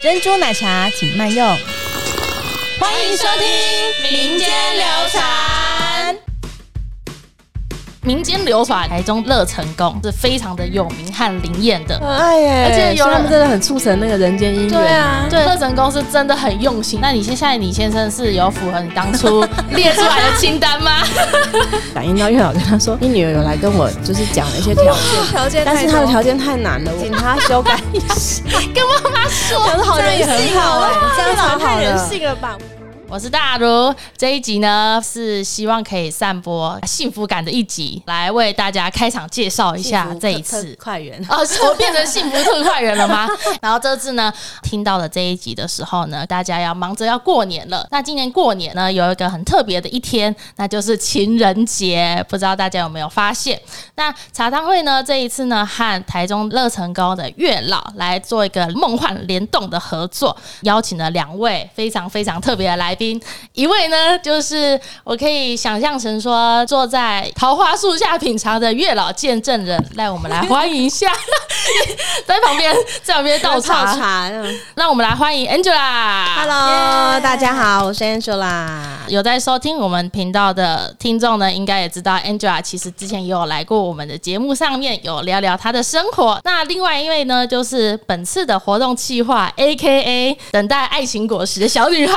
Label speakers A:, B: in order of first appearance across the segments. A: 珍珠奶茶请慢用。欢迎收听
B: 民间流传。民间流传台中乐成宫是非常的有名和灵验的。
C: 很爱耶、
B: 而且
C: 所
B: 有人
C: 以他们真的很促成那个人间姻缘。
B: 对啊，对，乐成宫是真的很用心。那你现现在李先生是有符合你当 初列出来的清单吗？
C: 打印到月老跟他说，你女儿有来跟我就是讲了一些条件，
D: 条件
C: 但
D: 太
C: 是
D: 多，
C: 她的条件太难了，我请她修改一下。
B: 跟妈妈说。
C: 很好人也很好哎、
D: 这样才
C: 太
D: 啊太
C: 人
D: 人
C: 性
D: 性了吧？
B: 我是大如，这一集呢是希望可以散播幸福感的一集，来为大家开场介绍一下这一次。
C: 快圆，
B: 哦，是我变成幸福特快人了吗？然后这次呢，听到了这一集的时候呢，大家要忙着要过年了。那今年过年呢，有一个很特别的一天，那就是情人节。不知道大家有没有发现？那茶汤会呢，这一次呢，和台中乐成宫的月老来做一个梦幻联动的合作，邀请了两位非常非常特别的来宾。一位呢，就是我可以想象成说坐在桃花树下品尝的月老见证人，来，我们来欢迎一下， 在旁边在旁边倒
C: 泡
B: 茶，
C: 茶。
B: 让我们来欢迎 Angela。
C: Hello，大家好，我是 Angela。
B: 有在收听我们频道的听众呢，应该也知道 Angela 其实之前也有来过我们的节目，上面有聊聊她的生活。那另外一位呢，就是本次的活动企划 A K A 等待爱情果实的小女孩。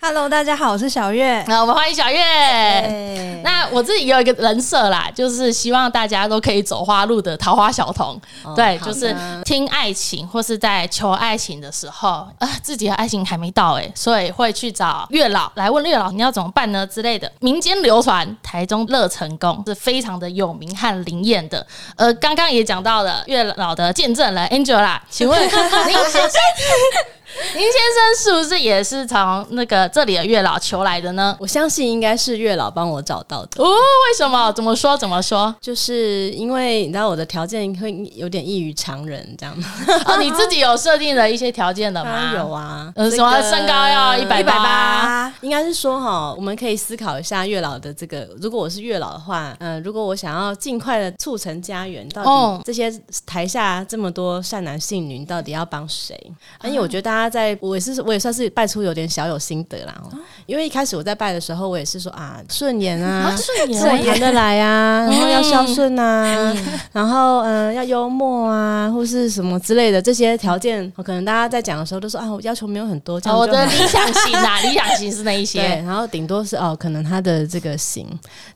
D: Hello，大家好，我是小月。
B: 那我们欢迎小月。
C: 哎，
B: 那我自己也有一个人设啦，就是希望大家都可以走花路的桃花小童，
C: 哦
B: 对，
C: 好
B: 就是
C: 呢
B: 听爱情或是在求爱情的时候，啊、自己的爱情还没到哎、所以会去找月老来问月老你要怎么办呢之类的。民间流传台中乐成宫是非常的有名和灵验的，呃，刚刚也讲到了月老的见证 人 Angela，请问您先生，您先生是不是也是从那个这里的月老求来的呢？
C: 我相信应该是月老帮我找到的。
B: 哦，为什么？怎么说？怎么说？
C: 啊就是因为你知道我的条件会有点异于常人，这样吗？
B: 哦，你自己有设定了一些条件的吗？
C: 有。啊，
B: 呃，什么身高要一百八？
D: 啊，
C: 应该是说哈，我们可以思考一下月老的这个，如果我是月老的话，嗯、如果我想要尽快的促成家园，到
B: 哦
C: 底这些台下这么多善男信女，到底要帮谁？
B: 啊
C: 因为我觉得大家在，我也是，我也算是拜出有点小有心得啦。哦因为一开始我在拜的时候，我也是说啊，顺眼 啊。
B: 顺
C: 自然谈得来 啊，
B: 嗯
C: 然后要孝顺啊，然后嗯、呃要幽默啊，或是什么之类的这些条件，哦可能大家在讲的时候都说啊，我要求没有很多，这样
B: 哦我
C: 就好
B: 的理想型啊，理想型是那一
C: 对，
B: 些。
C: 然后顶多是哦，可能他的这个型。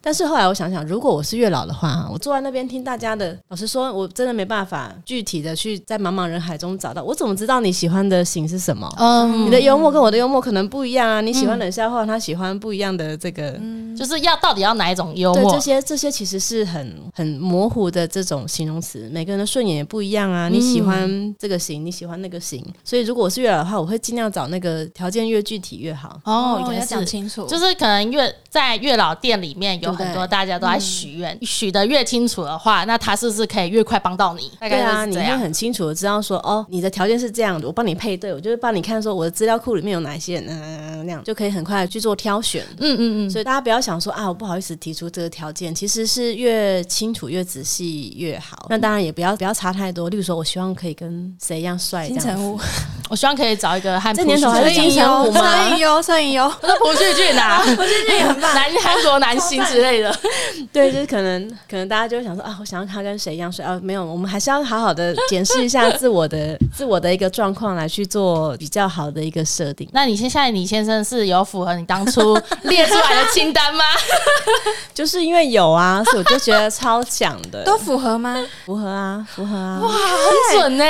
C: 但是后来我想想，如果我是月老的话，我坐在那边听大家的，老实说，我真的没办法具体的去在茫茫人海中找到，我怎么知道你喜欢的型是什么？
B: 嗯
C: 你，的幽默跟我的幽默可能不一样啊，你喜欢冷笑话，他喜欢不一样的这个，
B: 就是要到底要哪一种幽
C: 对
B: 默
C: 这？些这些其实是很很模糊的这种形容词，每个人的顺眼也不一样啊。你喜
B: 嗯
C: 欢这个型，你喜欢那个型，所以如果我是月老的话，我会尽量找那个条件越具体越好。
B: 哦，
D: 我
B: 原
D: 要
B: 来
D: 讲
B: 是。
D: 清楚，
B: 就是可能月在月老店里面有
C: 对
B: 很
C: 不对
B: 多大家都在许愿，许的越清楚的话，那他是不是可以越快帮到你？大
C: 对
B: 概
C: 啊，
B: 就是
C: 你
B: 这
C: 会
B: 样。
C: 很清楚的知道说，哦，你的条件是这样的，我帮你配对，我就是帮你看说我的资料库里面有哪些人，嗯、那样就可以很快地去做挑选。
B: 嗯嗯嗯，
C: 所以大家不要想说啊，我不好意思提出这个条件，其实是越清楚越仔细越好。那当然也不要不要差太多，例如说我希望可以跟谁一样帅，这
D: 金
C: 样
D: 城武，
B: 我希望可以找一个和
C: 这年头
B: 朴叙
C: 还
B: 俊
C: 是金城武吗
D: 摄影优，摄影优，
B: 不是朴叙俊啊， 朴叙俊很棒，男韩国男星之类的。
C: 对，就是可能可能大家就会想说啊，我想要他跟谁一样帅啊，没有，我们还是要好好的检视一下自我的自我的一个状况来去做比较好的一个设定。
B: 那你现现在李先生是有符合你当初列出来的清单 吗？
C: 就是因为有啊，所以我就觉得超强的，
D: 都符合吗？
C: 符合啊，符合啊。
B: 很准呢、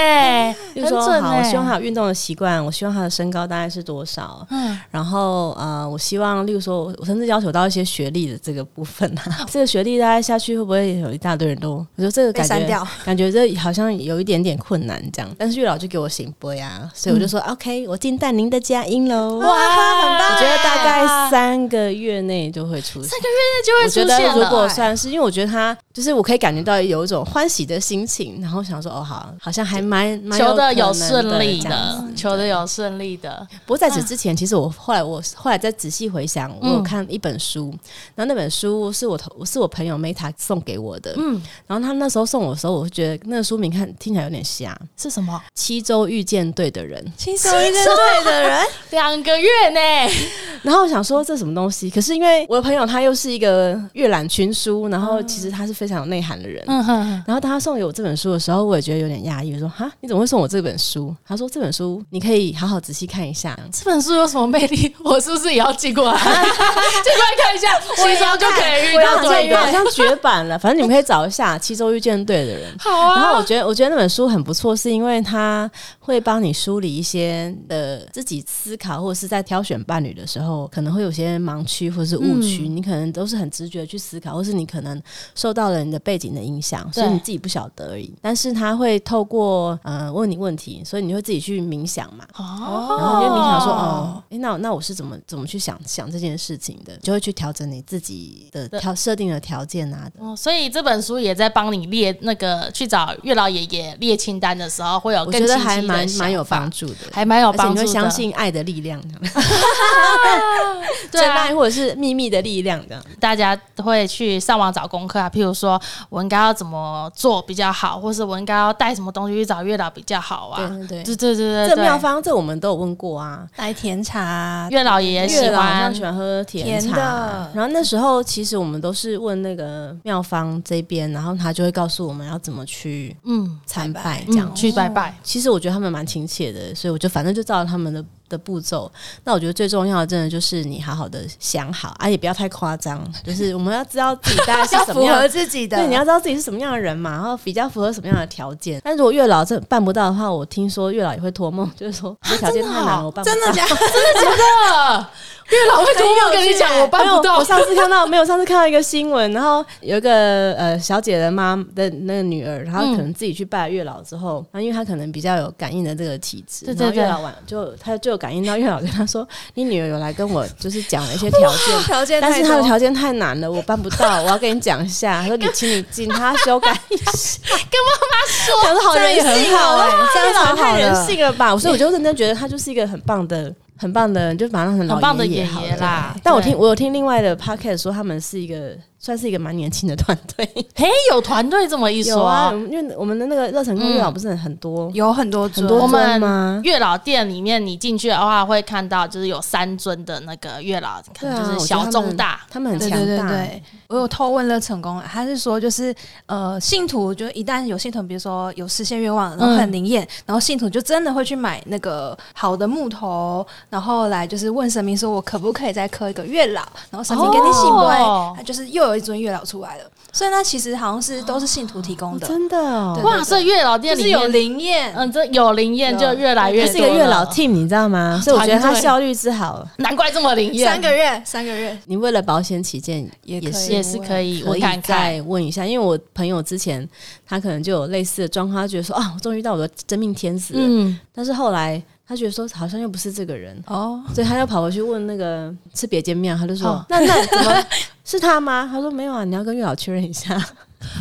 C: 比
B: 很
C: 如说，
B: 准欸
C: 好，我希望
B: 呢、
C: 他有运动的习惯，我希望他的身高大概是多少，
B: 嗯
C: 然后呃，我希望，例如说，我我甚至要求到一些学历的这个部分 啊， 这个学历大概下去会不会有一大堆人都，我觉得这个
D: 被
C: 感
D: 删
C: 觉
D: 掉，
C: 感觉这好像有一点点困难这样，但是月老就给我行波呀，所以我就说、OK，我进淡您的佳音喽，
B: 嗯哇，很
C: 我
B: 棒！啊
C: 觉得大概三个月内就会出现。我觉
B: 就会出
C: 得
B: 现哎
C: 如果
B: 了。
C: 算是，因为我觉得他就是我可以感觉到有一种欢喜的心情，然后想说哦，好，好像还蛮蛮
B: 求
C: 的
B: 的有顺利的，嗯求的有顺利的，
C: 不过在此之前，其实我后来我后来再仔细回想，我
B: 嗯
C: 有看一本书，然后那本书是我同是我朋友 Meta 送给我的，
B: 嗯，
C: 然后他那时候送我的时候，我就觉得那个书名看听起来有点瞎，
B: 是什么？
C: 《七周遇见对的人
D: 亲手遇见对的人，
B: 两个月呢？》，
C: 然后我想说这什么东西，可是因为我的朋友他又是一个阅览群书，然后其实他是非常有内涵的人，
B: 嗯哼，
C: 然后当他送给我这本书的时候，我也觉得有点压抑，我说哈，你怎么会送我这本书？他说这本书你可以好好仔细看一下。
B: 这本书有什么魅力？我是不是也要寄过来？ 寄过来看一下，七周就可以遇
C: 我要
B: 到
C: 建
B: 对
C: 议好
B: 的。
C: 像绝版了，反正你们可以找一下《七周遇见对的人》。
B: 好
C: 然后我
B: 啊，
C: 觉得，我觉得那本书很不错，是因为它会帮你梳理一些呃自己思考，或者是在挑选伴侣的时候，可能会有些盲区或是误区，
B: 嗯
C: 你可能都是很直觉去思考，或是你可能受到了你的背景的影响，所以
B: 对
C: 你自己不晓得而已。但是它会透过呃问你问题，所以你会自己去冥想嘛，
B: 哦，
C: 然后你就冥想说，哦，诶那那我是怎么怎么去想想这件事情的，就会去调整你自己的
B: 对
C: 调设定的条件啊。
B: 哦，所以这本书也在帮你列那个去找月老爷爷列清单的时候，会有
C: 我
B: 更
C: 觉
B: 清晰
C: 得
B: 的
C: 还蛮
B: 想
C: 蛮有
B: 法
C: 帮，助的，
B: 还蛮有
C: 而且
B: 帮
C: 你
B: 助
C: 会
B: 的。
C: 相信爱的力量，
B: 对
C: 真
B: 啊
C: 爱或者是秘密的力量的。
B: 大家会去上网找功课啊，譬如说我应该要怎么做比较好，或是我应该要带什么东西去找月老比较好啊？
C: 对对
B: 对对对对
C: 这妙
B: 对，
C: 方这我们都有问过啊。
D: 来甜茶，
B: 月老爷爷喜
C: 月老好
B: 欢
C: 像喜欢喝甜
D: 甜
C: 茶，
D: 的
C: 然后那时候其实我们都是问那个妙方这边，然后他就会告诉我们要怎么去
B: 嗯
C: 参拜
D: 拜
C: 这样
B: 嗯去 拜拜，
C: 其实我觉得他们蛮亲切的，所以我就反正就照着他们的的步骤。那我觉得最重要的，真的就是你好好的想好啊，也不要太夸 张，就是我们要知道自己大概是
D: 要
C: 什么
D: 符
C: 样
D: 合自己的，
C: 对，你要知道自己是什么样的人嘛，然后比较符合什么样的条件。但如果月老这办不到的话，我听说月老也会托梦，就是说这条件太难了，我办不到。
D: 真 的假的？
B: 啊月老会托梦跟你讲，我办不
C: 没有
B: 到
C: 我。上次看到 没有？上次看到一个新闻，然后有一个呃小姐的妈的那个女儿，然后可能自己去拜月老之后，然后因为她可能比较有感应的这个体质，
B: 对对
C: 然后月
B: 对
C: 老晚就她就有感应到月老跟她说，你女儿有来跟我就是讲了一些条件，
D: 条件
C: 但
D: 太
C: 是她的
D: 多，
C: 条件太难了，我办不到，我要跟你讲一下。她说你请你请她修改一下，跟妈妈说， 想说好人也很好哎、
D: 这样
C: 月老也
D: 才好
C: 太人
D: 了
C: 性了吧？哦所以我就认真觉得她就是一个很棒的。很棒的，你就把她当成老
B: 很棒的
C: 爷
B: 爷
C: 好
B: 爷
C: 了
B: 啦，
C: 但我
B: 对
C: 听我有听另外的 podcast 说，他们是一个算是一个蛮年轻的团 队。
B: 嘿，有团队这么一
C: 有
B: 说嗯
C: 啊，因为我们的那个热成功月啊老不是很多、
D: 有很多
C: 很
D: 尊，
C: 多
B: 我们
C: 尊吗？
B: 嗯月老店里面，你进去的话会看到，就是有三尊的那个月老，可
C: 对
B: 能
C: 啊，
B: 就是
C: 我觉得
B: 小
C: 他
B: 中
C: 们
B: 大，
C: 他们很
D: 对
C: 强
D: 对对
C: 大。
D: 对，我有偷问了成功，他是说就是呃，信徒就一旦有信徒，比如说有实现愿望，然后很灵验，然后信徒就真的会去买那个好的木头，然后来就是问神明说，我可不可以再刻一个月老？然后神明给你信不？哎
B: 哦
D: 他就是又有一尊月老出来了，所以那其实好像是都是信徒提供
C: 哦
D: 的，哦
C: 真的哦，
D: 对
B: 哇，所以月老
D: 就
B: 店
D: 是
B: 里
D: 有
B: 面，
D: 灵验。
B: 嗯，这有灵验就越来越
C: 这
B: 多
C: 啊是一个月老
B: 了
C: team，你知道吗？所以我觉得
B: 团
C: 他
B: 队
C: 效率之好，
B: 难怪这么灵验。
D: 三个月，三个月，
C: 你为了保险起见
D: 也可以
C: 是
B: 也是可以，
C: 可
B: 我
C: 以
B: 看看。
C: 再问一下，因为我朋友之前他可能就有类似的状况，他觉得说啊，我终于遇到我的真命天子了，
B: 嗯，
C: 但是后来他觉得说好像又不是这个人，
D: 哦，
C: 所以他就跑回去问那个吃别间面，他就说：“
B: 哦
C: 那那怎么 是他吗？”他说：“没有啊，你要跟月老确认一下。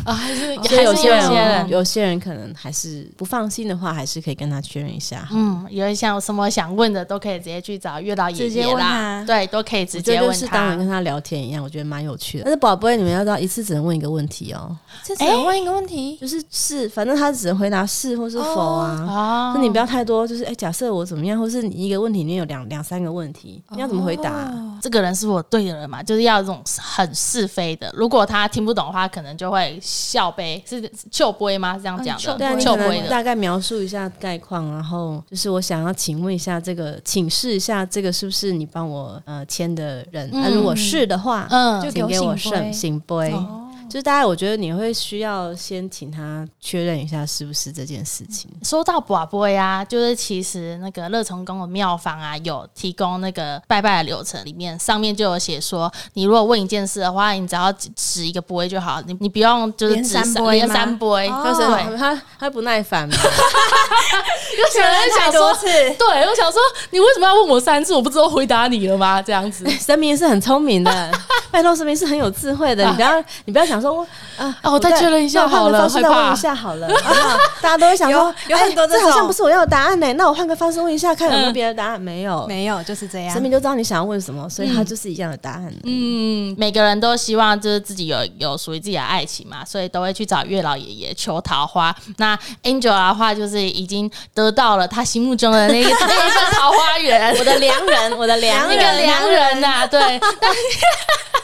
B: 啊，还是”
C: 哦所以
B: 还是有些
C: 人，哦
B: 人，
C: 有些人可能还是不放心的话，还是可以跟他确认一下。
B: 嗯，有一项有什么想问的，都可以直接去找月老爷
D: 直接
B: 爷
D: 问
B: 啦
D: 他。
B: 对，都可以直
C: 我觉
B: 接
C: 得就
B: 问
C: 是当然
B: 他。
C: 跟他聊天一样，我觉得蛮有趣的。但是宝贝，你们要知道，一次只能问一个问题哦，
D: 这只能问一个问题，
C: 就是是，反正他只能回答是或是否啊。
B: 哦
C: 那、你不要太多，就是哎、假设我怎么样，或是你一个问题里面有两两三个问题，你要怎么回答、
D: 哦
B: 这个人是我对的人嘛，就是要这种很是非的。如果他听不懂的话，可能就会笑杯，是笑杯吗？是这样讲
D: 嗯笑
C: 对啊，
B: 的，
C: 你
B: 笑
C: 可
B: 杯
C: 能
B: 的。
C: 大概描述一下概况，然后就是我想要请问一下这个，请示一下这个是不是你帮我呃签的人？那、
B: 嗯
C: 如果是的话，
B: 嗯，
D: 就
C: 请给我哦
D: 给我
C: 圣行杯。就是大概我觉得你会需要先请他确认一下是不是这件事情。
B: 说到卜卜呀，就是其实那个乐成宫的庙方啊，有提供那个拜拜的流程，里面上面就有写说，你如果问一件事的话，你只要指指一个卜就好，你你不用就是
D: 连
B: 指
D: 三
B: 三
D: 杯
B: 连
D: 吗
B: 三杯，
D: 哦
C: 他
B: 对，
C: 他他不耐烦 嘛，
B: 就可能想
D: 太多
B: 说。
D: 次，
B: 对，我想说，你为什么要问我三次？我不知道回 答你了吗？这样子，
C: 神明是很聪明的，拜托神明是很有智慧的。你不要你不要想说啊
B: 啊我再确认一下
C: 那我换个
B: 好了
C: 方式再
B: 害怕
C: 问一下好 了。啊大家都会想说，
D: 有有很多
C: 哎
D: 这
C: 这
D: 种
C: 好像不是我要的答案呢，那我换个方式问一下，看有
B: 嗯
C: 没有别的答案？没啊有，
D: 没有，就是这样
C: 神。明就知道你想要问什么，所以他就是一样的答案。
B: 嗯，每个人都希望就是自己有有属于自己的爱情嘛，所以都会去找月老爷爷求桃花。那 Angela 的话就是已经得到了他心目中的那个那一份桃花 源，
C: 我的良人，我的良
B: 一
C: 人，
B: 个良人呐、对。 但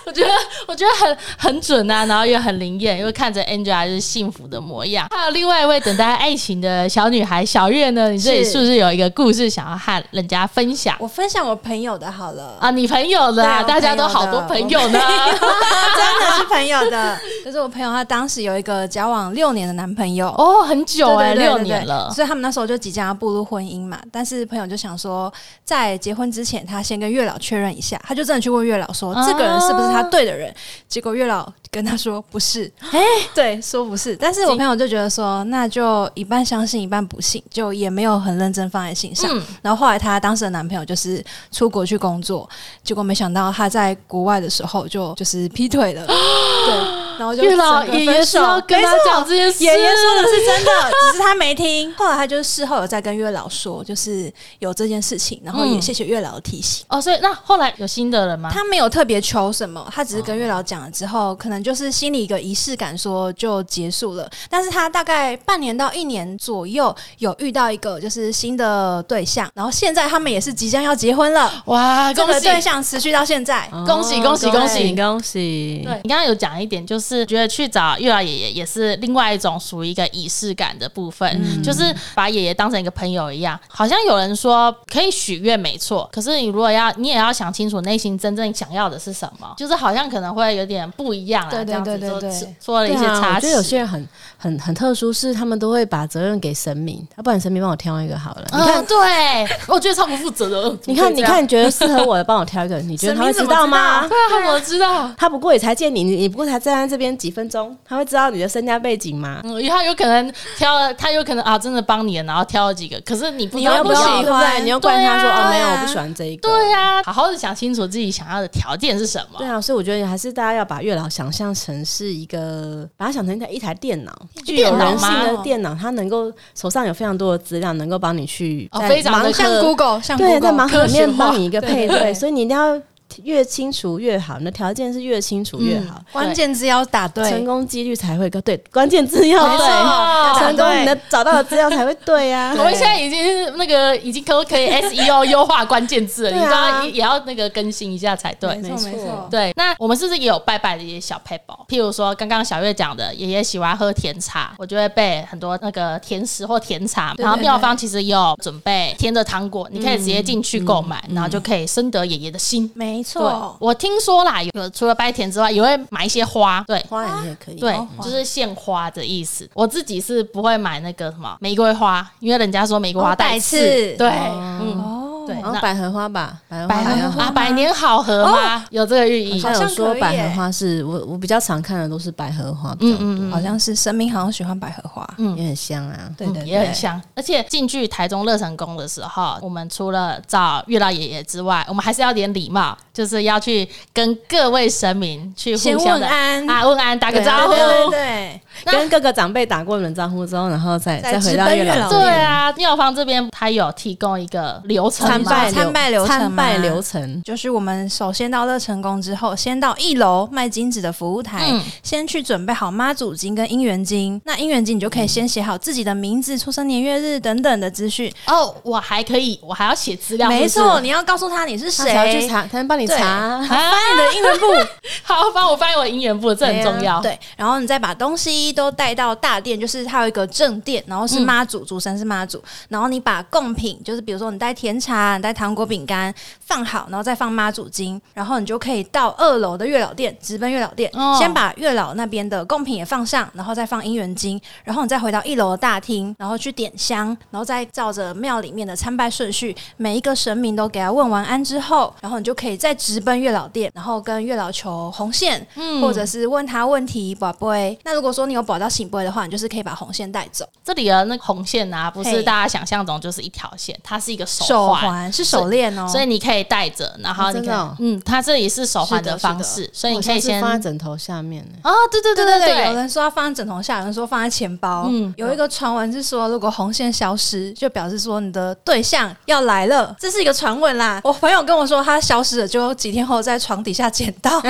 B: 我觉得我觉得很很准呐、然后又很灵验，因为看着 Angela 就是幸福的模样。还有另外一位等待爱情的小女孩小月呢，你这里
D: 是
B: 是不是有一个故事想要和人家分享？
D: 我分享我朋友的好了，
B: 啊，你朋友的、啊，
D: 对啊我
B: 大家都好
D: 朋友
B: 多
D: 的
B: 朋 友呢。
D: 啊 真的是朋友的，就是我朋友，他当时有一个交往六年的男朋友，
B: 哦，很久
D: 对
B: 哎、
D: 对对
B: 六
D: 对
B: 年
D: 对
B: 了。
D: 所以他们那时候就即将要步入婚姻嘛。但是朋友就想说，在结婚之前，他先跟月老确认一下，他就真的去问月老说，
B: 啊
D: 这个人是不是他对的人？结果月老跟他说不是，
B: 哎
D: 对，说不是。但是我朋友就觉得说，那就一半相信，一半不信，就也没有很认真放在心上。
B: 嗯
D: 然后后来她当时的男朋友就是出国去工作，结果没想到她在国外的时候就就是劈 腿了，对，然后就
B: 月老
D: 整个
B: 爷
D: 分
B: 爷是
D: 手
B: 要跟他
D: 没错
B: 讲这件事，
D: 爷爷说的是真的，只是他没听。后来他就是事后有在跟月老说，就是有这件事情，然后也
B: 嗯啊
D: 谢谢月老的提醒。
B: 哦，所以那后来有新的人吗？
D: 他没有特别求什么，他只是跟月老讲了之后，可能就是心里一个仪式感，说就结束了。但是他大概半年到一年左右有遇到一个就是新的对象，然后现在他们也是即将要结婚了。
B: 哇，
D: 这
B: 啊恭
D: 个
B: 喜！
D: 对象持续到现在，
C: 哦
B: 恭喜恭喜恭喜
C: 恭喜！
B: 对，你刚刚有讲一点，就是觉得去找月老爷爷也是另外一种属于一个仪式感的部分，
D: 嗯
B: 就是把爷爷当成一个朋友一样。好像有人说可以许愿没错，可是你如果要，你也要想清楚内心真正想要的是什么，就是好像可能会有点不一样啦。啊
D: 对对
B: 这样子
D: 对对
B: 就
D: 对
B: 是说了一
C: 对
B: 些
C: 啊，我
B: 差池
C: 觉。得有些人很很很特殊，是他们都会把责任给神明，要不然神明帮我挑一个好了。你看
B: 嗯，，对，我觉得超不负责 的。
C: 你看，你
B: 怎么
C: 看，你觉得适合我的，帮我挑一个，你 觉得他会
D: 神明怎么
C: 道吗
B: 会
D: 知？
B: 这样，对啊，我知道。
C: 他不过也才见你，你你不过才站在这边几分钟，他会知道你的身家背景吗？
B: 嗯，因为他有可能挑了，他有可能啊，真的帮你了，然后挑了几个，可是哦你不知
C: 你
B: 道
C: 又
D: 不
C: 不
B: 要
C: 喜
D: 喜
C: 欢，对不对？
D: 欢
C: 你又怪他说
D: 对啊
C: 哦，没有，我不喜欢这一个。
B: 对啊呀、好好的想清楚自己想要的条件是什么。
C: 对啊，所以我觉得还是大家要把月老想象成是一个，把它想成一台一台电脑，具有
B: 电脑
C: 人性
B: 吗嗯
C: 的电脑，它能够手上有非常多的资料，能够帮你去
B: 哦
C: 在
B: 非常的
C: 盲
D: 像
C: 盒
D: Google，
C: 呃
D: 像
C: 对，在
D: Google，
C: 盲盒里
B: 科
C: 面
B: 学化
C: 帮你一个配
D: 对对对
C: 对，所以你一定要越清楚越好，你的条件是越清楚
B: 嗯
C: 越好，
D: 关键字要打对，
C: 成功几率才会高。对，关键资料
B: 哦
C: 对，
B: 要打
C: 成功
D: 对
C: 你的找到的资料才会对啊呀、
B: 我们现在已经是那个已经可不可以 SEO 优化关键字了？你
C: 对
B: 都
C: 啊
B: 要也要那个更新一下才对。
C: 没
D: 没错
C: 错
D: 没错，
B: 对，那我们是不是也有拜拜的一些小 p a p e 譬如说，刚刚小月讲的，爷爷喜欢喝甜茶，我就会备很多那个甜食或甜茶。
D: 对
B: 然后
D: 对
B: 妙
D: 对
B: 方其实也有准备甜的糖果，你可以直接进
D: 嗯
B: 去购买，然后就可以深得爷爷的心。
D: 没
B: 对
D: 错，，
B: 我听说啦，有除了拜甜之外，也会买一些花。对，
C: 花也可以，
B: 对
D: 哦，花
B: 就是献花的意思。我自己是不会买那个什么玫瑰花，因为人家说玫瑰花
D: 哦
B: 带
D: 带
B: 刺。
D: 刺
B: 对，嗯，
D: 哦
B: 对
C: 然后
B: 那
C: 百合花吧，百合
B: 百
C: 花好
B: 合
C: 像
B: 花啊，百年好合
D: 哦
B: 吗？有这个寓意。
C: 好像有
D: 好像
C: 说
D: 可以
C: 百
D: 耶
C: 合花是我我比较常看的都是百合花，嗯
B: 嗯
C: 嗯，
B: 嗯嗯嗯
D: 好像是神明好像喜欢百合花，
C: 也很香啊。
D: 对对，
B: 也
D: 对
B: 很香。而且进去台中乐成宫的时候，我们除了找月老爷爷之外，我们还是要点礼貌，就是要去跟各位神明去互
D: 先
B: 相
D: 问
B: 的
D: 安，
B: 啊问安，打个招呼。
D: 对对对对，
B: 那
C: 跟各个长辈打过冷招呼之后，然后再
D: 再
C: 再回
D: 直
C: 到
D: 奔
C: 月
D: 月
C: 老
D: 老
B: 对啊，妙方这边他有提供一个流程
C: 参
B: 嘛
C: 拜
D: 参拜流程
C: 参拜
D: 吗
C: 流程，
D: 就是我们首先到乐成宫之后，先到一楼卖金子的服务台，
B: 嗯
D: 先去准备好妈祖金跟姻缘金。那姻缘金你就可以先写好自己的名字、出生年月日等等的资讯。
B: 哦，我还可以，我还要写资料，
D: 没
B: 是不
D: 错，
B: 是
D: 你要告诉他你是
C: 他才要
D: 谁
C: 去。查，他能帮你
D: 对
C: 查。
B: 啊，
D: 翻你的姻缘簿，
B: 好，帮我翻译我的姻缘簿，这很重要。
D: 对，然后你再把东西都带到大殿，就是它有一个正殿，然后
B: 嗯
D: 是妈祖，主神是妈祖，然后你把贡品，就是比如说你带甜茶，你带糖果、饼干放好，然后再放妈祖经，然后你就可以到二楼的月老殿，直奔月老殿，
B: 哦
D: 先把月老那边的贡品也放上，然后再放姻缘经，然后你再回到一楼的大厅，然后去点香，然后再照着庙里面的参拜顺序，每一个神明都给他问完安之后，然后你就可以再直奔月老殿，然后跟月老求红线，
B: 嗯
D: 或者是问他问题，宝贝。那如果说你有有保到醒杯的话，你就是可以把红线带走。
B: 这里的那个红线啊，不是
D: 嘿
B: 大家想象中就是一条线，它是一个
D: 手
B: 环，
D: 环是手链哦，
B: 所以你可以戴着，然后
C: 哦
B: 你
C: 真
B: 可以，
C: 的哦
B: 嗯，它这里是手环
D: 是的哦
B: 方
D: 是
B: 式，所以
C: 我
B: 你可以
C: 下次
B: 先
C: 放在枕头下面呢、
B: 哦，对对
D: 啊对
B: 对
D: 对对，有
B: 对，
D: 人说要放在枕头下，有人说放在钱包。
B: 嗯
D: 嗯，有一个传闻是说，如果红线消失，就表示说你的对象要来了，这是一个传闻啦。我朋友跟我说，他消失了，就几天后在床底下捡到。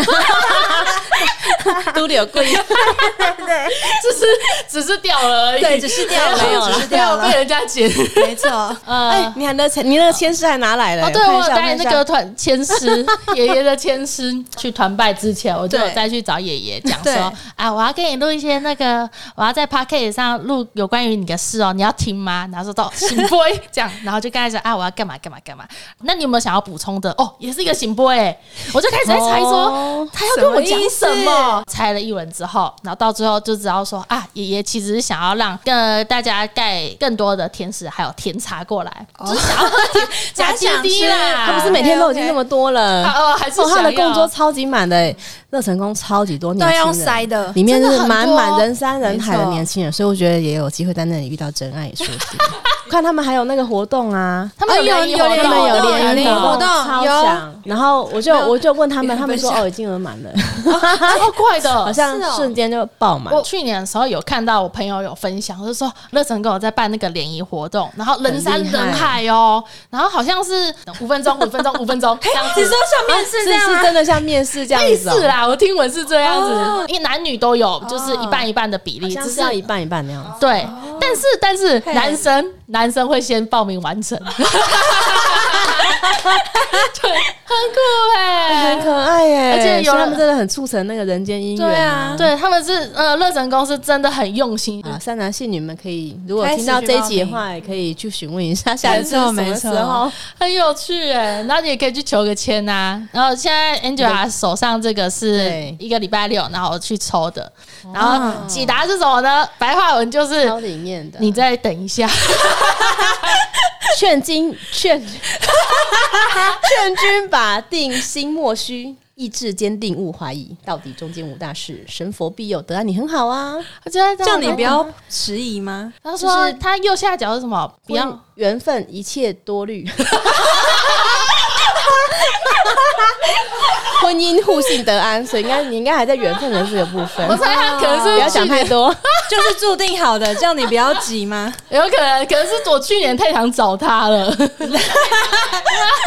B: 都有贵，
D: 对
B: 只是只是掉了而已，
D: 对，只是掉了，
B: 没有
D: 只
B: 了
D: 是 掉
B: 没有被
D: 了，
B: 人家捡。
D: 没错。
C: 哎、
B: 呃，
C: 你还那钱，你那个签诗还拿来了、
B: 哦，对，
C: 看一
B: 我有
C: 下
B: 带那。
C: 看一
B: 个
C: 下
B: 团签师，爷爷的签师去团拜之前，我就有
D: 对
B: 再去找爷爷讲
D: 对
B: 说，啊，我要跟你录一些那个，我要在 p o c a s t 上录有关于你的事哦，你要听吗？然后说到行波这样，然后就跟他讲啊，我要干嘛干嘛干嘛。那你有没有想要补充的？哦，也是一个行波哎，我就开始在猜说
C: 哦
B: 他要跟我讲
D: 什么
B: 什
D: 意思
B: 么。猜了一轮之后，然后到最后就知道说啊，爷爷其实是想要让呃大家带更多的甜食还有甜茶过来，就是想要 加鸡滴啦。
C: 他不是每天都已经那么多了。
B: 啊哦，还是
C: 哦，他的
B: 想要
C: 工作超级满的、欸，乐成功超级多年
D: 都
C: 轻人
D: 要用塞的，
C: 里面
B: 真的
C: 是
B: 很
C: 满
B: 多
C: 满人山人海的
D: 没错
C: 年轻人，所以我觉得也有机会在那里遇到真爱也说不定。看他们还有那个活动啊，
B: 他们哎有联谊活
D: 哦有有
C: 他
B: 动，
C: 们有联谊
D: 联谊活动
C: 超
D: 有
C: 强。然后我就
D: 没有
C: 我就问他们，
D: 有
C: 他们说
D: 分享
C: 哦已经额满了，
B: 超快的，
C: 好像
D: 是哦
C: 瞬间就爆满
B: 我。去年的时候有看到我朋友有分享，就是说乐成跟我在办那个联谊活动，然后人山人海哦，然后好像是五分钟、五分钟、五分 钟这样子。啊
D: 你说像面试这
C: 是
D: 样
C: 是
B: 哦
D: 吗？
C: 真的像面试这样
B: 类
C: 子、
B: 似
C: 哦，
B: 啦，我听闻是这样子，
D: 哦
B: 因为男女都有，就是一半一半的比
C: 好
B: 例，
C: 像
B: 只
C: 是
B: 是
C: 要一半一半那样子。
B: 对。但是但是
D: 哦嘿
B: 男生男生会先报名完成， 对，很酷哎、
C: 很可爱耶、
B: 而且有
C: 所以
B: 了
C: 他们真的很促成那个人间姻
D: 对
C: 缘
D: 啊
B: 对，他们是呃乐成公司真的很用心，
D: 嗯
C: 啊，善男信女们可以，如果听到这一集的话，也可以去询问一下下一次是什
D: 没
C: 么时
D: 错
C: 候。
B: 很有趣哎、然后你也可以去求个签呐、然后现在 Angela 手上这个是
C: 对
B: 一个礼拜六，然后我去抽的。
D: 哦
B: 然后解答是什么呢？白话文就是
C: 超里面的，
B: 你再等一下，
C: 劝君劝 劝君把定心莫虚，意志坚定勿怀疑。到底中间无大事，神佛庇佑，得安你很好啊。
B: 我就在这
D: 叫
B: 样
D: 你不。要迟疑吗？
B: 他
C: 就
B: 说
C: 是
B: 他右下角是什么？不要
C: 婚缘分，一切多虑。 婚姻互信得安，所以应该你应该还在缘分的这个部分，
B: 我猜他可能是
C: 不要想太多。
D: 就是注定好 的，叫你不要急吗？
B: 有可能，可能是我去年太想找他了，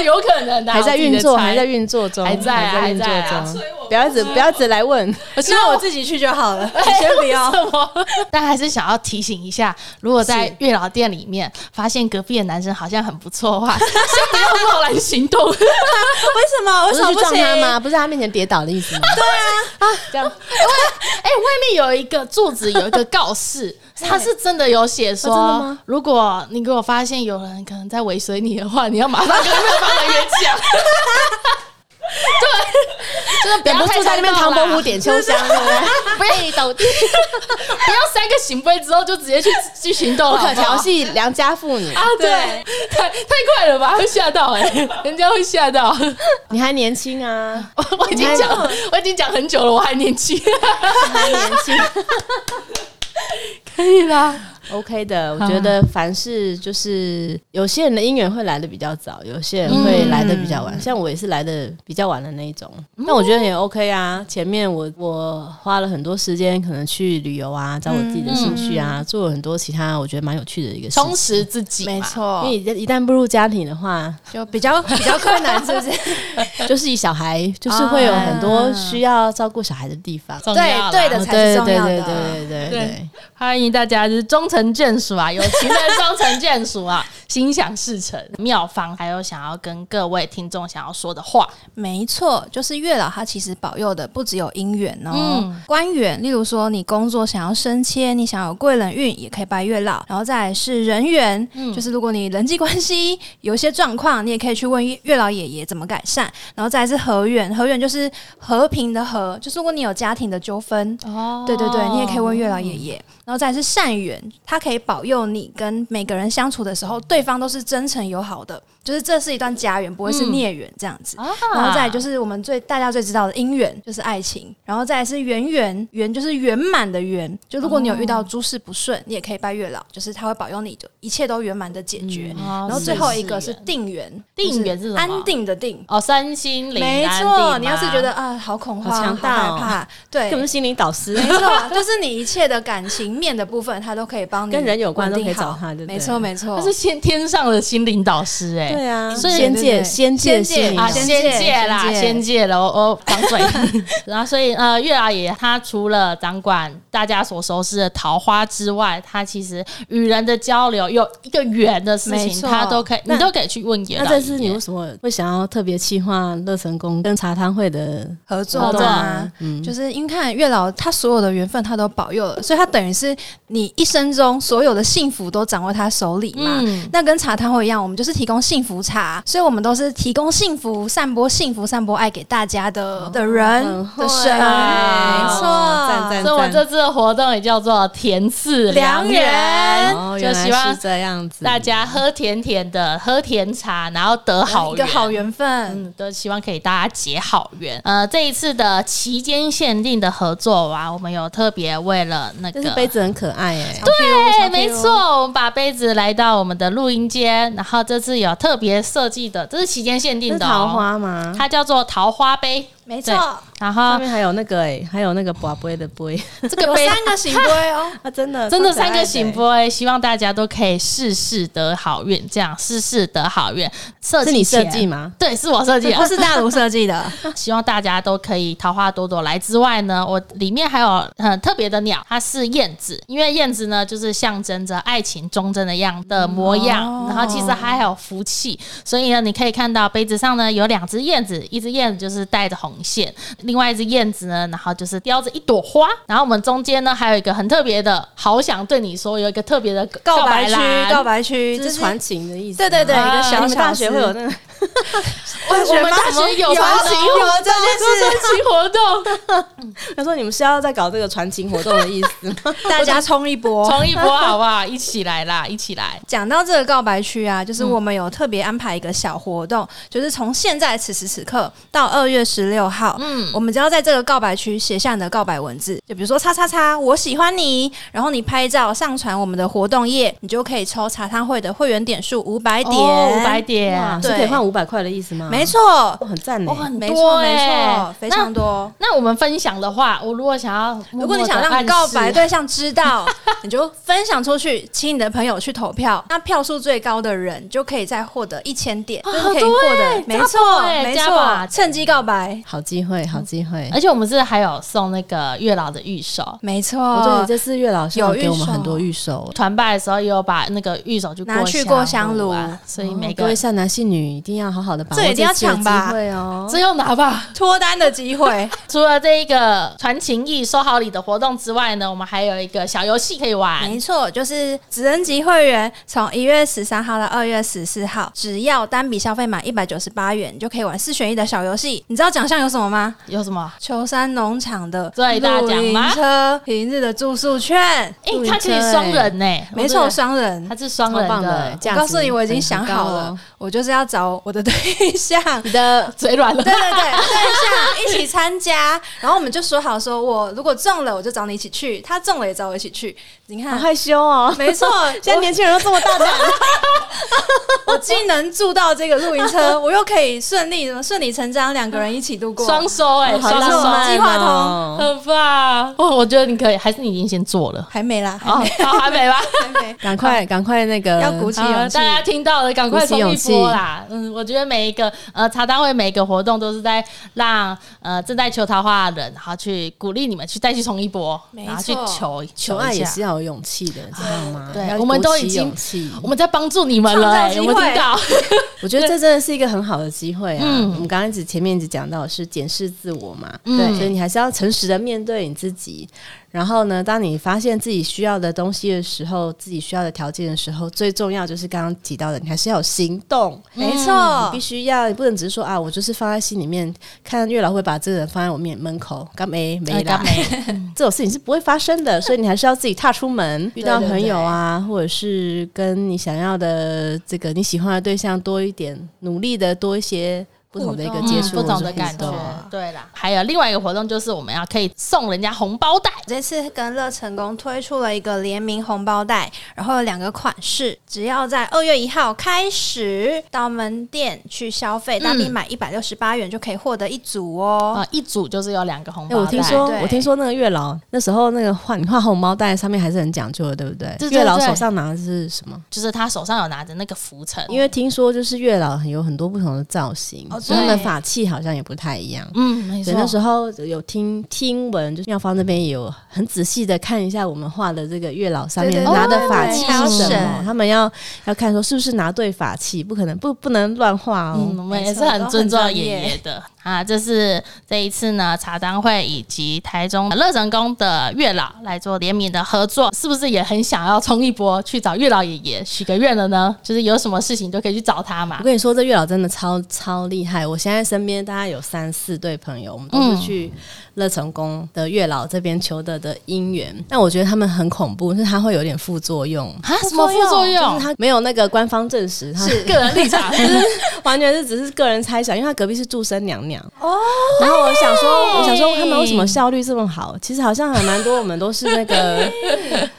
B: 有可能的、啊，
C: 还在运作，
B: 我自己
C: 还
B: 猜
C: 在运作中，
B: 还在啊
C: 运作
B: 还在啊
C: 中。不要一直不要一直来问，
D: 我希望我自己去就好 了，你先不要。
B: 什么？但还是想要提醒一下，如果在月老店里面发现隔壁的男生好像很不错的话， 先不要贸然行动。
D: 为什么？为
C: 不是
D: 什
C: 去
D: 么不
C: 撞
D: 行
C: 他？吗？不是在他面前跌倒的意思吗？对啊，这样
B: 哎、外面有一个柱子，有一个告 示，他是真的有写说，
C: 哦真的吗
B: 如果你给我发现有人可能在尾随你的话，你要马上跟对方人员讲。 对，就是不
C: 忍
B: 要
C: 不
B: 太
C: 住在那边
B: 冲
C: 唐
B: 动啦
C: 伯虎点秋香，对不 对？
B: 不要抖地， 不要三个行规之后就直接去去行动
C: 不
B: 了，好
C: 可
B: 不好
C: 调戏良家妇女，
B: 啊，对，太太快了吧，会吓到哎、人家会吓 到。
C: 你还年轻啊，
B: 我我已经讲，我已经讲很久了，我还年轻，
C: 还年轻
B: 可以啦。
C: ，OK 的。我觉得凡事就是有些人的姻缘会来的比较早，有些人会来的比较
D: 嗯
C: 晚。像我也是来的比较晚的那一种，但我觉得也 OK 啊。前面我我花了很多时间，可能去旅游啊，找我自己的兴趣
D: 嗯
C: 啊，做了很多其他我觉得蛮有趣的一个事
B: 充
C: 情。
B: 实自己，
D: 没，错
C: 因，为一旦步入家庭的 话，
D: 就比较比较困难，是不是？
C: 就是以小孩，就是会有很多需要照顾小孩的地方。哦
B: 重要啦
D: 对对的啊才是重要
C: 对
D: 的。
C: 对对对对
B: 欢迎大家就是终成眷属啊，有情人终成眷属啊， 心想事成。妙方还有想要跟各位听众想要说的话，
D: 没错，就是月老他其实保佑的不只有姻缘哦，
B: 嗯
D: 官员，例如说你工作想要升迁，你想有贵人运，也可以拜月老。然后再来是人缘，
B: 嗯
D: 就是如果你人际关系有一些状况，你也可以去问月月老爷爷怎么改善。然后再来是和缘，和缘就是和平的和，就是如果你有家庭的纠纷，
B: 哦
D: 对对对，你也可以问月老爷爷。然后再来是善缘，它可以保佑你跟每个人相处的时候，对方都是真诚友好的，就是这是一段家缘，不会
B: 嗯
D: 是孽缘这样子。
B: 啊
D: 然后再来就是我们最大家最知道的姻缘，就是爱情。然后再来是圆圆，圆就是圆满的圆。就如果你有遇到诸事不顺，你也可以拜月老，就是他会保佑你的一切都圆满的解决。
C: 嗯
B: 然
D: 然后最后一个哦是定缘，
C: 哦
B: 定缘是
D: 就
B: 什么
D: 安定的定。
B: 哦，三星灵，
D: 没
B: 安定
D: 错，
B: 吗
D: 你要是觉得啊，好恐慌，
C: 好强大哦
D: 好害怕， 对，
C: 根本是心灵导师。
D: 没错，就是你一切的感情面的部分，他都可以帮你
C: 跟人有关
D: 稳定
C: 都可以找
D: 好
C: 他对不对
D: 没错，没错，
B: 他是先天上的心灵导师哎、
C: 对啊，
B: 所以
C: 仙
D: 哦对对
C: 界
D: 对
C: 仙界
D: 仙界
C: 心灵
B: 啊，
C: 导
D: 是
C: 师
B: 仙
D: 仙界
B: 界啦，
D: 仙界
B: 仙界了，哦，掌嘴。 然后，所以呃，月老爷他除了掌管大家所熟知的桃花之外，他其实与人的交流有一个缘的事
D: 没
B: 情，
D: 错
B: 他都可以，
C: 那
B: 你都可以去问月老
C: 那
B: 爷。
C: 这次你为什么会想要特别企划乐成功跟茶汤会的
D: 合作
B: 合作啊
D: 嘛，
C: 嗯
D: 就是因为看月老他所有的缘分他都保佑了，所以他等于是你一生中所有的幸福都掌握他手里嘛。
B: 嗯
D: 那跟茶汤会一样，我们就是提供幸福茶，所以我们都是提供幸福、散播幸福、散播爱给大家的的人
C: 很会
D: 的神，
B: 哦啊
D: 没
C: 赞
D: 错，
C: 赞
B: 所以我这次的活动也叫做甜赐良缘，
C: 哦，
B: 就
C: 原
B: 希
C: 来
B: 望
C: 是这样子，
B: 大家喝甜甜的，喝甜茶，然后得好
D: 一个
B: 缘。
D: 好缘分。
B: 嗯，都希望可以大家结好缘。呃，这一次的期间限定的合作啊，我们有特别为了那个
C: 但是杯子很可爱哎，
B: 对，没错，我们把杯子来到我们的录音间，然后这次有特别设计的，这是期间限
C: 这
B: 定
C: 是
B: 的、哦、
C: 桃，花吗？
B: 它叫做桃花杯，
D: 没
B: 对
D: 错，
B: 然
C: 上
B: 后
C: 面还有那个哎，还有那个宝贝的杯
B: 这个
D: 有
B: 杯。
D: 三个醒 杯哦，
C: 啊， 真的
B: 真的
C: 超可爱
B: 三个醒
C: 哎
B: 波哎，希望大家都可以事事得好运，这样事事得好运。设计
C: 是你设
B: 前
C: 计？吗？
B: 对，是我设计的，
D: 不是大卢设计的，
B: 希望大家都可以桃花朵朵来之外呢，我里面还有很特别的鸟，它是燕子，因为燕子呢就是象征着爱情忠贞的样的模样，
D: 哦
B: 然后其实还有福气，所以呢你可以看到杯子上呢有两只燕子，一只燕子就是带着红线，另外一只燕子呢，然后就是叼着一朵花，然后我们中间呢还有一个很特别的，好想对你说有一个特别的
D: 告白
B: 白
D: 区，
B: 栏
D: 告白区，
C: 这是传情的意思，
D: 对对对，一
B: 啊
D: 个
C: 哎，
D: 小
C: 你们
D: 巧
C: 大学
D: 思
C: 会有那个
D: 我
B: 哎我们大学有传情活
D: 有啊这件事，
B: 情活 动，
C: 他说你们是要在搞这个传情活动的意思吗？
D: 大家冲一波。
B: 冲一波好不好？一起来啦，一起来！
D: 讲到这个告白区啊，
B: 嗯
D: 就是我们有特别安排一个小活动，就是从现在此时此刻到二月十六号，
B: 嗯
D: 嗯，我们只要在这个告白区写下你的告白文字，就比如说“叉叉叉，我喜欢你”，然后你拍照上传我们的活动页，你就可以抽茶汤会的会员点数五百点，
B: 哦五百点，嗯
C: 哇 是
D: 对
C: 可以换五百块的意思吗？
D: 没错，
C: 哦，很赞哎，
B: 很
D: 没错，没
B: 欸
D: 错，非常多。
B: 那我们分享的话，我如果想要默默地暗示，
D: 如果你想让你告白对象知道， 你就分享出去，请你的朋友去投票。那票数最高的人就可以再获得一千点，就是可以获
B: 好多欸
D: 得。没
B: 加爆
D: 错，
B: 欸
D: 没
B: 加爆
D: 错，趁机告白，
C: 好机会，好机会。
B: 而且我们是还有送那个月老的玉手，
D: 没错。
C: 我觉得你这次月老像
D: 有
C: 给我们
D: 预售
C: 很多预售，
B: 团拜的时候也有把那个玉手去
D: 拿去过香炉哦
B: 啊，所以每
C: 哦各
B: 个
C: 位善男信女一定要好好的把握
D: 这一定要
C: 次的
D: 抢吧
C: 机会哦。
B: 只有拿吧。
D: 脱单的 机会，
B: 除了这一个传情意收好礼的活动之外呢，我们还有一个小游戏可以玩。
D: 没错，就是职人级会员，从一月十三号到二月十四号，只要单笔消费满一百九十八元，你就可以玩四选一的小游戏。你知道奖项有什么吗？
B: 有什么？
D: 秋山农场的
B: 最大奖吗
D: 露营车、平日的住宿券，
B: 哎
C: 露，营
B: 它可以
C: 车欸
B: 双人呢，
D: 没错，双人
B: 它。是双
C: 超
B: 人
C: 棒
B: 的
C: 的，，
D: 我
C: 价
D: 告诉
C: 值
D: 你，我已经
C: 很
D: 想
C: 高
D: 好
C: 哦
D: 了，我就是要找我的对 象，对
C: 你的
B: 嘴软了
D: 对。对，对象一起参加。然后我们就说好，说我如果中了，我就找你一起去；他中了也找我一起去。你
C: 好
D: 看，
C: 害羞 哦。
D: 没错，
C: 现在年轻人都这么大胆，
D: 我既能住到这个露营车，我又可以顺利什么顺理成章，两个人一起度 过。
B: 双收
D: 哦
B: 哎，
C: 好
B: 双
C: 浪
B: 收，
C: 漫
D: 计划通
C: 哦
B: 很棒。哦，我觉得你可以，还是你已经先做了。
D: 还没啦，还
B: 哦，
D: 没，
B: 好，还 没吧？
D: 还没。
C: 赶快赶快那个
D: 要鼓起
B: 好，
D: 勇气
B: 大家听到了，赶快
C: 鼓起
B: 冲一
C: 勇
B: 波啦！嗯，我觉得每一个呃茶单位每一个活动都是在让呃正在求桃花的人，然后去鼓励你们去再去冲一波，
D: 没
B: 然后去
D: 错
B: 求
C: 求爱
B: 一
C: 也
B: 下
C: 是要有勇气的，知道吗？
B: 啊对
C: 要
B: 我们
C: 鼓
B: 都
C: 起
B: 已经
C: 勇气
B: 我们在帮助你们了、
D: 创造
B: 欸，
D: 机
B: 有没有听
D: 会
B: 到？
C: 我觉得这真的是一个很好的机会啊！
B: 嗯
C: 我们刚刚一直前面一直讲到的是检视自我嘛，
B: 嗯
C: 对，所以你还是要诚实的面对你自己，然后呢，当你发现自己需要的东西的时候，自己需要的条件的时候，最重要就是刚刚提到的，你还是要有行动。
B: 嗯
D: 没
C: 你
D: 错
C: 必，须要，你不能只是说啊，我就是放在心里面，看月老会把这个人放在我面门口，干没没
B: 啊干
C: 啦，
B: 没
C: 这种事情是不会发生的，所以你还是要自己踏出门，遇到
D: 对对
C: 朋友啊，或者是跟你想要的这个你喜欢的对象多一点，努力的多一些不同的一个接触，
B: 嗯不同
C: 或者
B: 的
C: 是
B: 感
C: 互
B: 觉
C: 动啊。，
B: 对啦。还有另外一个活动就是我们要可以送人家红包袋，
D: 这次跟乐成功推出了一个联名红包袋，然后有两个款式，只要在二月一号开始到门店去消费，
B: 嗯
D: 当地买一百六十八元就可以获得一组哦。
B: 啊，一组就是有两个红
C: 哎、
B: 包袋。
C: 我听说
D: 对，
C: 我听说那个月老那时候那个画你画红包袋上面还是很讲究的，对不对？
B: 对对哦
C: 月老
B: 对
C: 手上拿的是什么？
B: 就是他手上有拿着那个浮尘，
C: 因为听说就是月老有很多不同的造型，
D: 哦
C: 所以他们
B: 对
C: 法器好像也不太一样。
B: 嗯，没
C: 对，那时候有听听闻，就是妙芳那边也有很仔细的看一下我们画的这个月老上面
D: 对对
C: 拿的
D: 对
C: 法
D: 对
C: 器
D: 挑
C: 是什么，
D: 选
C: 他们要要看说是不是拿对法器，不可能不不能乱画哦。
B: 嗯，我们也
D: 没
B: 是
D: 错
B: 很尊
D: 都
B: 重
D: 很专
B: 爷
D: 业
B: 爷的啊。这是这一次呢，茶商会以及台中乐成宫的月老来做联名的合作，是不是也很想要冲一波去找月老爷爷许个愿了呢？就是有什么事情都可以去找他嘛
C: 我。跟你说，这月老真的超超厉害！我现在身边大概有三四对朋友，我们都
B: 嗯
C: 是去乐成宫的月老这边求得的姻缘。但我觉得他们很恐怖，就是他会有点副作用。
B: 啊，什么副作
C: 就是
B: 用？
C: 他没有那个官方证实，他
B: 个人立场，
C: 完全是只是个人猜想，因为他隔壁是祝生娘娘哦。然后我想说，我想说他们为什么效率这么好？其实好像还蛮多，我们都是那 个，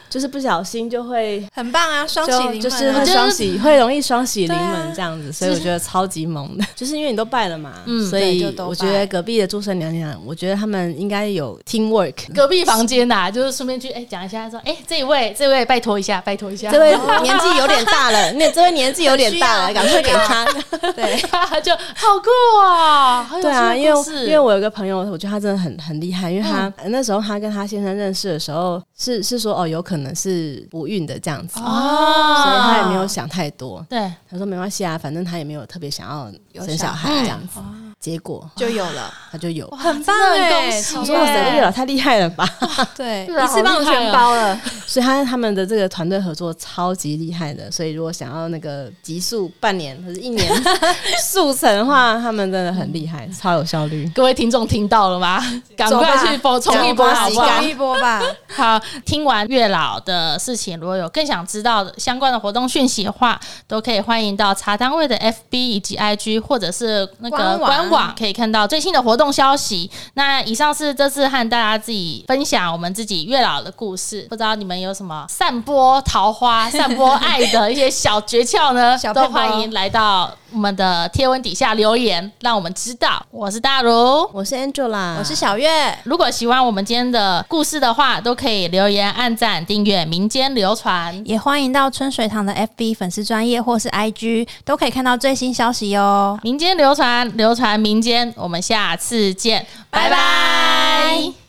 C: 就是不小心就会。
D: 很棒啊，双喜临
C: 就就
D: 门、啊！
C: 是
B: 觉
C: 会
B: 得
C: 双喜，会容易双喜临
D: 对啊
C: 门这样子，所以我觉得超级猛 的，就是因为你都拜了嘛，
B: 嗯
C: 所
D: 对就
C: 以
D: 都拜
C: 我觉得隔壁的祝生娘娘，我觉得他们应该有 teamwork。
B: 隔壁房间呐、就是顺便去哎讲、一下，说哎、这一位，这位拜托一下，拜托一下，
C: 这位年纪有点大了， 那这位年纪有点大了，
D: 很需
C: 赶快
D: 要
C: 给他。
D: 对，
B: 就好酷啊，好有
C: 对啊，
B: 趣的
C: 因为
B: 故
C: 我
B: 事
C: 因为我有个朋友，我觉得他真的很很厉害，因为他、那时候他跟他先生认识的时候，是是说哦，有可能是不孕的这样子，
B: 啊，
C: 所以他也没有想太多。
B: 对，
C: 他说没关系啊，反正他也没有特别想要
D: 有
C: 生小
D: 小
C: 孩这样子，结果
D: 就有了，
C: 他就有。
D: 很棒
B: 真的很
D: 哎、
B: 恭喜
C: 我说哇塞，月老太厉害了吧！
D: 对，
B: 对啊
D: 一次帮我
B: 好厉害
D: 全
B: 哦
D: 包了，
C: 所以他他们的这个团队合作超级厉害的，所以如果想要那个急速半年或者一年 速成的话，他们真的很厉害，超有效率。
B: 各位听众听到了 吗？赶
D: 走
B: 快
D: 吧
B: 去波冲一
C: 走
B: 波，
C: 吧
B: 好不好
D: 搞？一波吧。
B: 好，听完月老的事情，如果有更想知道的相关的活动讯息的话，都可以欢迎到茶单位的 FB 以及 IG，或者是那个官
D: 官
B: 网，
D: 网
B: 可以看到最新的活动消息。那以上是这次和大家自己分享我们自己月老的故事，不知道你们有什么散播桃花、散播爱的一些小诀窍呢？
D: 小
B: 都
D: 配包
B: 欢迎来到我们的贴文底下留言，让我们知道。我是大如，
C: 我是 Angela，
D: 我是小月，
B: 如果喜欢我们今天的故事的话，都可以留言、按赞、订阅《民间流传》。
D: 也欢迎到春水堂的 FB 粉丝专业或是 IG 都可以看到最新消息哦哟。
B: 民间流传，流传民间。我们下次见，拜拜